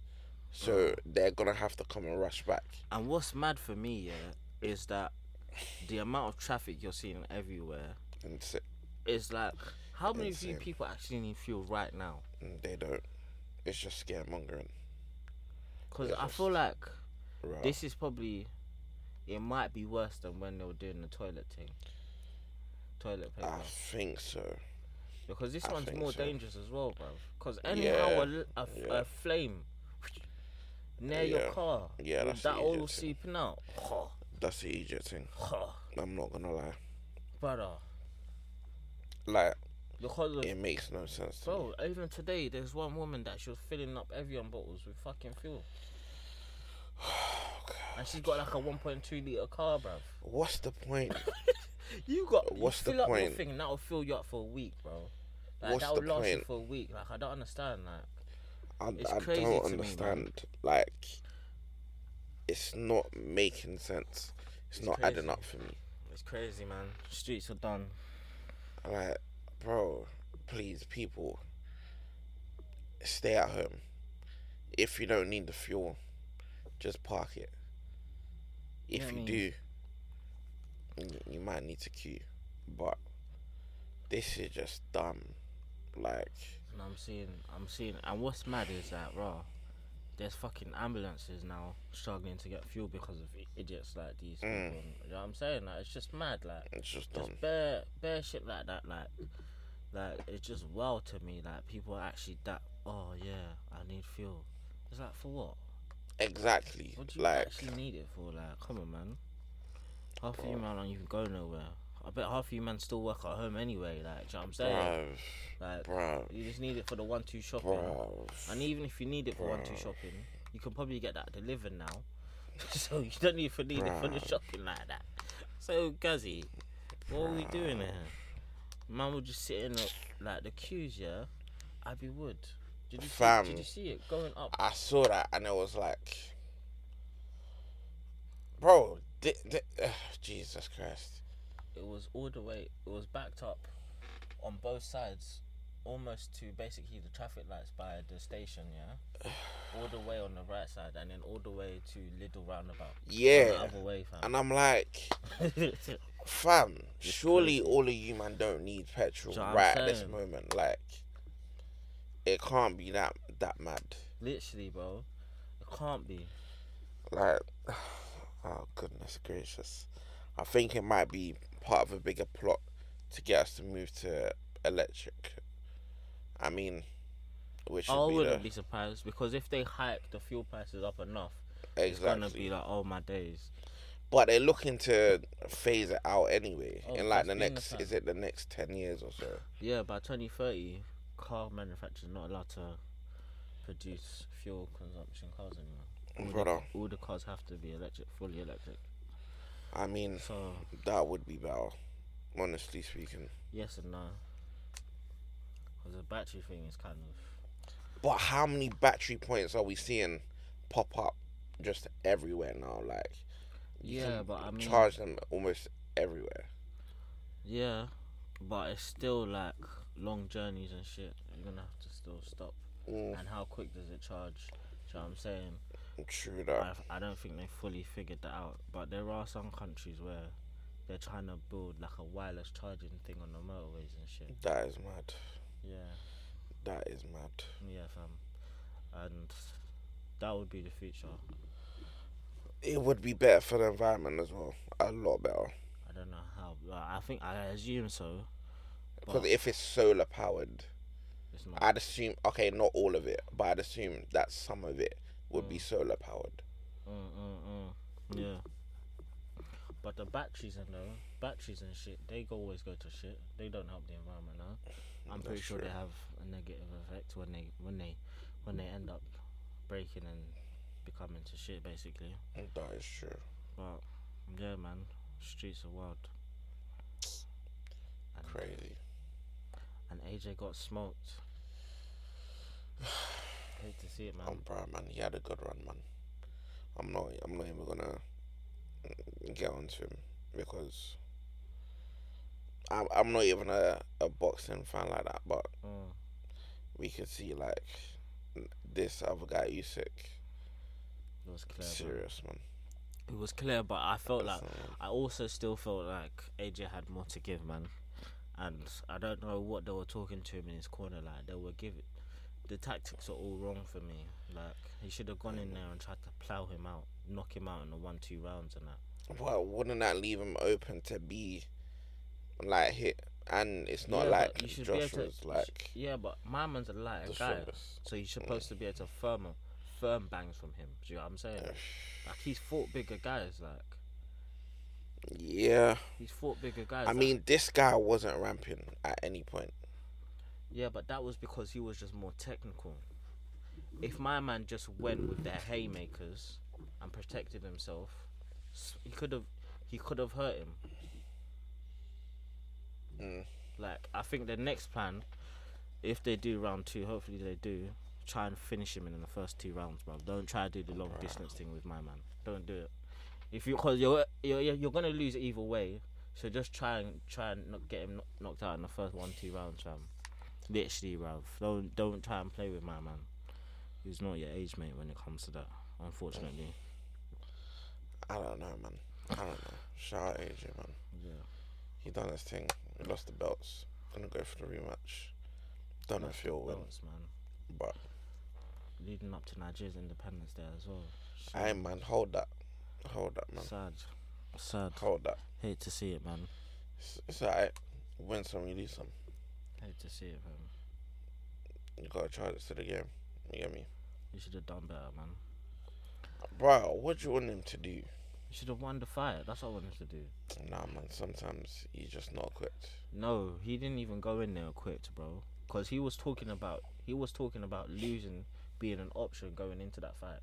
so they're gonna have to come and rush back. And what's mad for me, yeah, is that the amount of traffic you're seeing everywhere And s- is like, how many of you Insane. people actually need fuel right now? and they don't. It's just scaremongering. Because Yeah, I it's feel like Bro. this is probably, it might be worse than when they were doing the toilet thing. Toilet paper. I think so. Because this I one's think more so. dangerous as well, bruv. Because anyhow, Yeah, a l- a, f- yeah. a flame near your Yeah. car, Yeah, will- that's that the all Egypt thing. seeping out. That's the Egypt thing. I'm not gonna lie. Brother, Like because of, it makes no sense. To me. bro, even today, there's one woman that she was filling up Evian bottles with fucking fuel. and she's got like a 1.2 litre car, bruv. What's the point? You got What's the you fill up your point? thing, that'll fill you up for a week, bro. Like, What's that'll the last you point? for a week. Like, I don't understand that. I, It's I crazy don't to me, man. understand. like, it's not making sense. It's, It's not adding crazy. up for me. It's crazy, man. Streets are done. Like, bro, please, people, stay at home. If you don't need the fuel, just park it. If Yeah, I you mean- do, y- you might need to queue. But this is just dumb. Like, And I'm seeing, I'm seeing, and what's mad is that, raw, there's fucking ambulances now struggling to get fuel because of i- idiots like these Mm. people. You know what I'm saying? Like, it's just mad, like, it's just dumb. just bare, bare shit like that, like, like, it's just wild to me that people are actually that, oh yeah, I need fuel. It's like, for what? Exactly. What do you Like, actually need it for? Like, come on, man. Half of you man don't even go nowhere. I bet half of you man still work at home anyway, like, do you know what I'm saying? bruv, Like, bruv, you just need it for the one-two shopping. bruv. And even if you need it for one two Bruv. shopping, you can probably get that delivered now. so you don't need for need it for the Bruv. shopping like that. So Guzzy, what are we doing here? Man would just sit in the, like the queues, yeah. Abbey Wood. Did you see, Fam. did you see it going up? I saw that and it was like, bro, thi- thi- ugh, Jesus Christ. It was all the way. It was backed up on both sides, almost to basically the traffic lights by the station, yeah. all the way on the right side, and then all the way to Little Roundabout. The Yeah. other way, fam. And I'm like, fam, surely all of you man don't need petrol Do you know what right I'm at this saying? moment. Like, it can't be that that mad. Literally, bro. It can't be. Like, oh goodness gracious. I think it might be part of a bigger plot to get us to move to electric. I mean, which I would be Oh, wouldn't the, be surprised because if they hike the fuel prices up enough, it's exactly. gonna be like, oh my days. But they're looking to phase it out anyway. Oh, in like that's the been the next, plan. is it the next ten years or so? Yeah, by 2030, car manufacturers are not allowed to produce fuel consumption cars anymore. All the- Brother. all the cars have to be electric, fully electric. I mean, So that would be better, honestly speaking. yes and no. Because the battery thing is kind of But how many battery points are we seeing pop up just everywhere now? Like, you yeah, can but I mean charge them almost everywhere. yeah, but it's still like long journeys and shit. You're gonna have to still stop. Mm, and how quick does it charge? Do you know what I'm saying? true that. I, I don't think they fully figured that out. But there are some countries where they're trying to build like a wireless charging thing on the motorways and shit. That is mad. Yeah. That is mad. Yeah, fam. And that would be the future. It would be better for the environment as well. A lot better. I don't know how. but I think I assume so. Because But- if it's solar powered, It's not. I'd assume okay, not all of it, but I'd assume that some of it would be solar powered. Mm, mm, mm. Yeah. But the batteries and the batteries and shit, they go always go to shit. They don't help the environment now. I'm That's pretty sure true. they have a negative effect when they when they when they end up breaking and becoming to shit basically. And That is true. But yeah, man, streets are wild. And, Crazy. And AJ got smoked. Hate to see it, man. Um, bro, man, he had a good run, man. I'm not. I'm not even gonna mm, get onto him because I'm. I'm not even a, a boxing fan like that. But Mm, we can see like n- this other guy Usyk, it was clear. man. serious man. It was clear, but I felt like That's not I also still felt like AJ had more to give, man. And I don't know what they were talking to him in his corner. Like they were giving the tactics are all wrong for me. Like he should have gone in there and tried to plow him out, knock him out in the one two rounds and that. Well, wouldn't that leave him open to be like hit? And it's not Yeah, like but you should be able to- Joshua's you like sh- yeah, but my man's a lighter the guy, strongest. Mm. so he's supposed to be able to firm firm bangs from him. Do you know what I'm saying? Like he's fought bigger guys. Like Yeah, he's fought bigger guys. I like- mean this guy wasn't ramping at any point. Yeah, but that was because he was just more technical. If my man just went with their haymakers and protected himself, s- he could have he could have hurt him. Mm. Like I think the next plan, if they do round two, hopefully they do, try and finish him in the first two rounds, bro. Don't try to do the long distance thing with my man. Don't do it. If you cause you're you're you're you're gonna lose either way, so just try and try and not get him kno- knocked out in the first one two rounds, fam. Literally, bruv. Don't don't try and play with my man. He's not your age mate when it comes to that, unfortunately. I don't know, man. I don't know. Shout out AJ, man. Yeah. He done his thing. He lost the belts. Gonna go for the rematch. Don't know if he'll win, Belts, man. but Leading up to Nigeria's Independence Day as well. Shit, hey, man, hold that, hold that, man, Sad. Sad. hold that. Hate to see it, man. It's, it's alright. Win some, you lose some. Hate to see it, man. You gotta charge it to the game. You get me, You should have done better, man. bro? What do you want him to do? You should have won the fight. That's what I wanted to do. Nah, man. Sometimes you just not equipped. No, he didn't even go in there equipped, bro. Cause he was talking about he was talking about losing being an option going into that fight.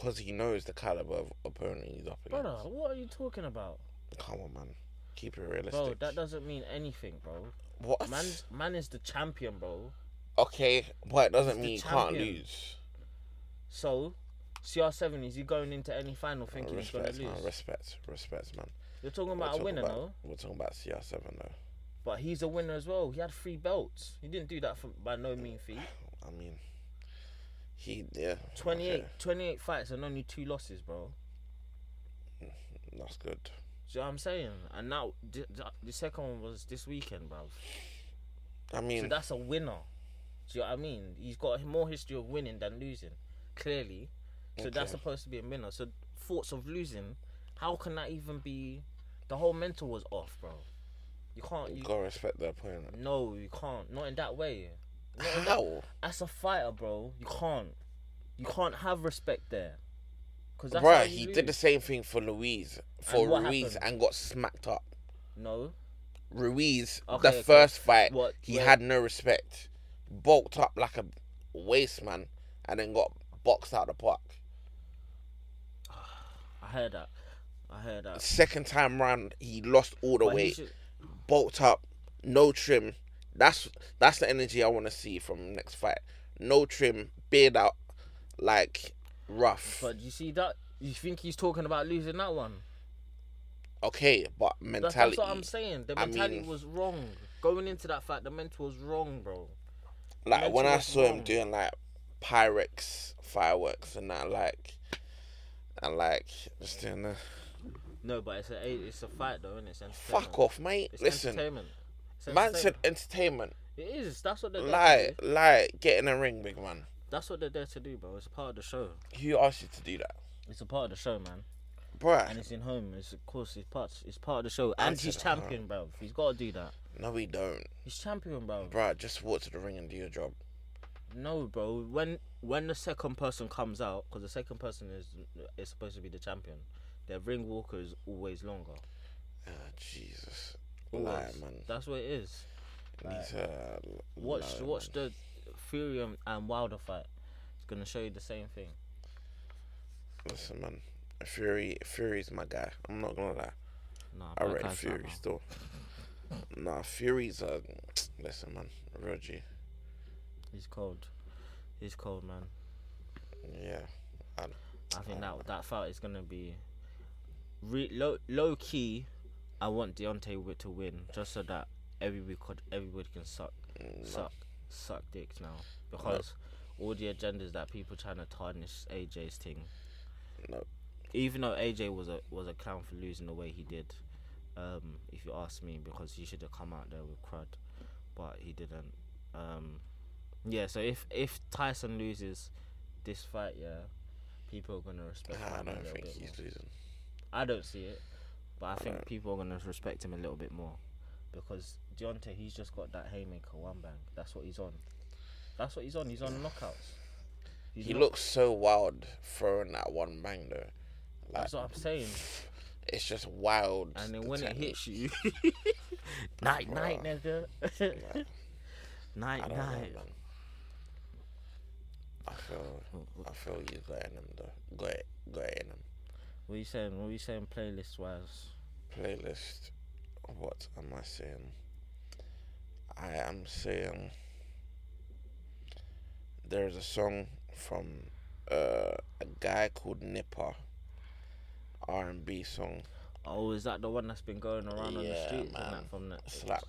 Cause he knows the caliber of opponent he's up against. Brother, what are you talking about? Come on, man. Keep it Bro, realistic. that doesn't mean anything, bro. what? Man, man is the champion, bro. Okay, but it doesn't He's the mean you can't champion. lose. So, CR7 is he going into any final thinking he's gonna Respect, lose? Oh, man. Respect, respect, man. You're talking We're about talking a winner, about- no? We're talking about CR7 though. But he's a winner as well. He had three belts. He didn't do that for, by no mean feat. I mean, he yeah. 28, okay, 28 fights and only two losses, bro. That's good. Do you know what I'm saying? And now the, the second one was this weekend, bro. I So mean, that's a winner. Do you know what I mean? He's got more history of winning than losing, clearly. So Okay. that's supposed to be a winner. So thoughts of losing, how can that even be? The whole mental was off, bro. You can't. you You, gotta respect the opponent. no, you can't. Not in that way. How? As a fighter, bro, you can't. You can't have respect there. Cause that's how Bruh, you he lose. did the same thing for Louise, for what Ruiz, happened? and got smacked up. No, Ruiz, Okay, the okay. first fight, What- he wait. had no respect, bulked up like a waste man, and then got boxed out the park. I heard that. I heard that. Second time round, he lost all the But he weight, should- bulked up, no trim. That's that's the energy I want to see from next fight. No trim, beard out, like rough. But you see that? You think he's talking about losing that one? okay, but That's, mentality. that's what I'm saying. The I mentality mean- was wrong. Going into that fight, the mental was wrong, bro. like when Mental I is saw him wrong. doing like pyrex fireworks and that, like and like just doing that. No, but it's a it's a fight though, isn't it? It's Fuck off, mate. It's Listen, entertainment. It's Man entertainment. said entertainment. It is. That's what they're there to Lie, do. lie, get in a ring, big man. That's what they're there to do, bro. It's a part of the show. Who asked you to do that? It's a part of the show, man. And Bruh. it's in home. It's of course it's part. It's part of the show. And Answer he's that, champion, bro. He's got to do that. No, we don't. He's champion, bro. Bruh, just walk to the ring and do your job. No, bro. When when the second person comes out, because the second person is is supposed to be the champion. Their ring walker is always longer. Ah, Jesus. Always. Lie, man. That's what it is. These, uh, l- Watch lie, watch man. the Fury and- and Wilder fight. It's gonna show you the same thing. Listen, man. Fury, Fury's my guy. I'm not gonna lie. Nah, I black rate eyes Fury matter. still. Nah, Fury's a. Listen, man. Reggie. He's cold. He's cold, man. Yeah. And I think Oh. that that fight is gonna be re- low low key. I want Deontay Wi- to win just so that everybody could everybody can suck Mm, suck suck dicks now because all the agendas that people trying to tarnish AJ's thing. no. Even though AJ was a was a clown for losing the way he did, um, if you ask me, because he should have come out there with crud, but he didn't. Um, yeah, so if if Tyson loses this fight, yeah, people are gonna respect. Ah, I him a don't little think bit more. he's losing. I don't see it, but I think people are gonna respect him a little bit more because Deontay he's just got that haymaker one bang. That's what he's on. That's what he's on. He's on knockouts. He's He not- looks so wild throwing that one bang though. Like That's what I'm saying. it's just wild. And then the when it technique. hits you, night night nigga, I night don't know, night. man. I feel, I feel you got in him though. Got it, got it in him. What are you saying? What are you saying? Playlist wise, Playlist. What am I saying? I am saying there is a song from uh, a guy called Nipper. R and B song. oh, is that the one that's been going around on the Yeah, street from man. that? From that Slap.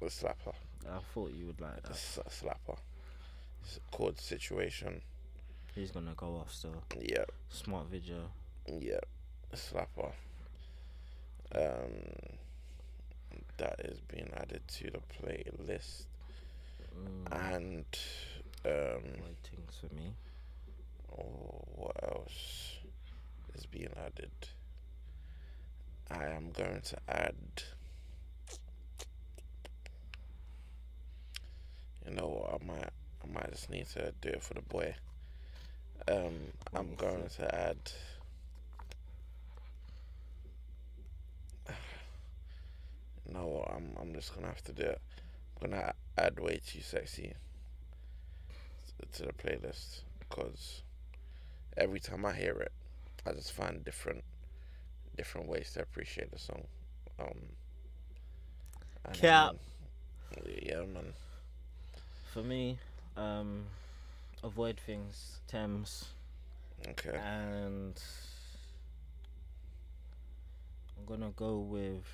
A slapper. I thought you would like A that. s- slapper. It's called Situation. He's gonna go off still. Yep. Smart video. Yep. Slapper. Um, that is being added to the playlist. And um, Waiting for me. oh, what else is being added? I am going to add. You know what? I might, I might just need to do it for the boy. Um, I'm going to add. No, I'm I'm just gonna have to do it. I'm gonna add way too sexy t- to the playlist because every time I hear it, I just find different different ways to appreciate the song. Um, and, Cap. um, yeah, man. For me, um, avoid things, Thames, Okay. and I'm gonna go with.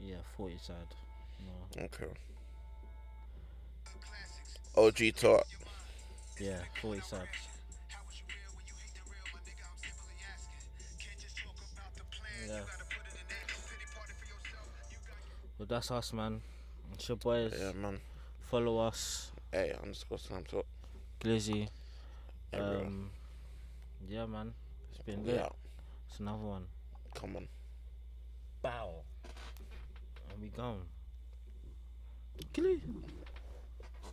Yeah, 40 side. No. Okay. OG talk. Yeah, 40 side. Yeah. Well, that's us, man. It's your boys. Yeah, man. Follow us, Hey, underscore slam talk. Glizzy. Everywhere. Um, yeah, man. It's been We lit. out. It's another one. Come on. Bow. And we gone. Glizzy.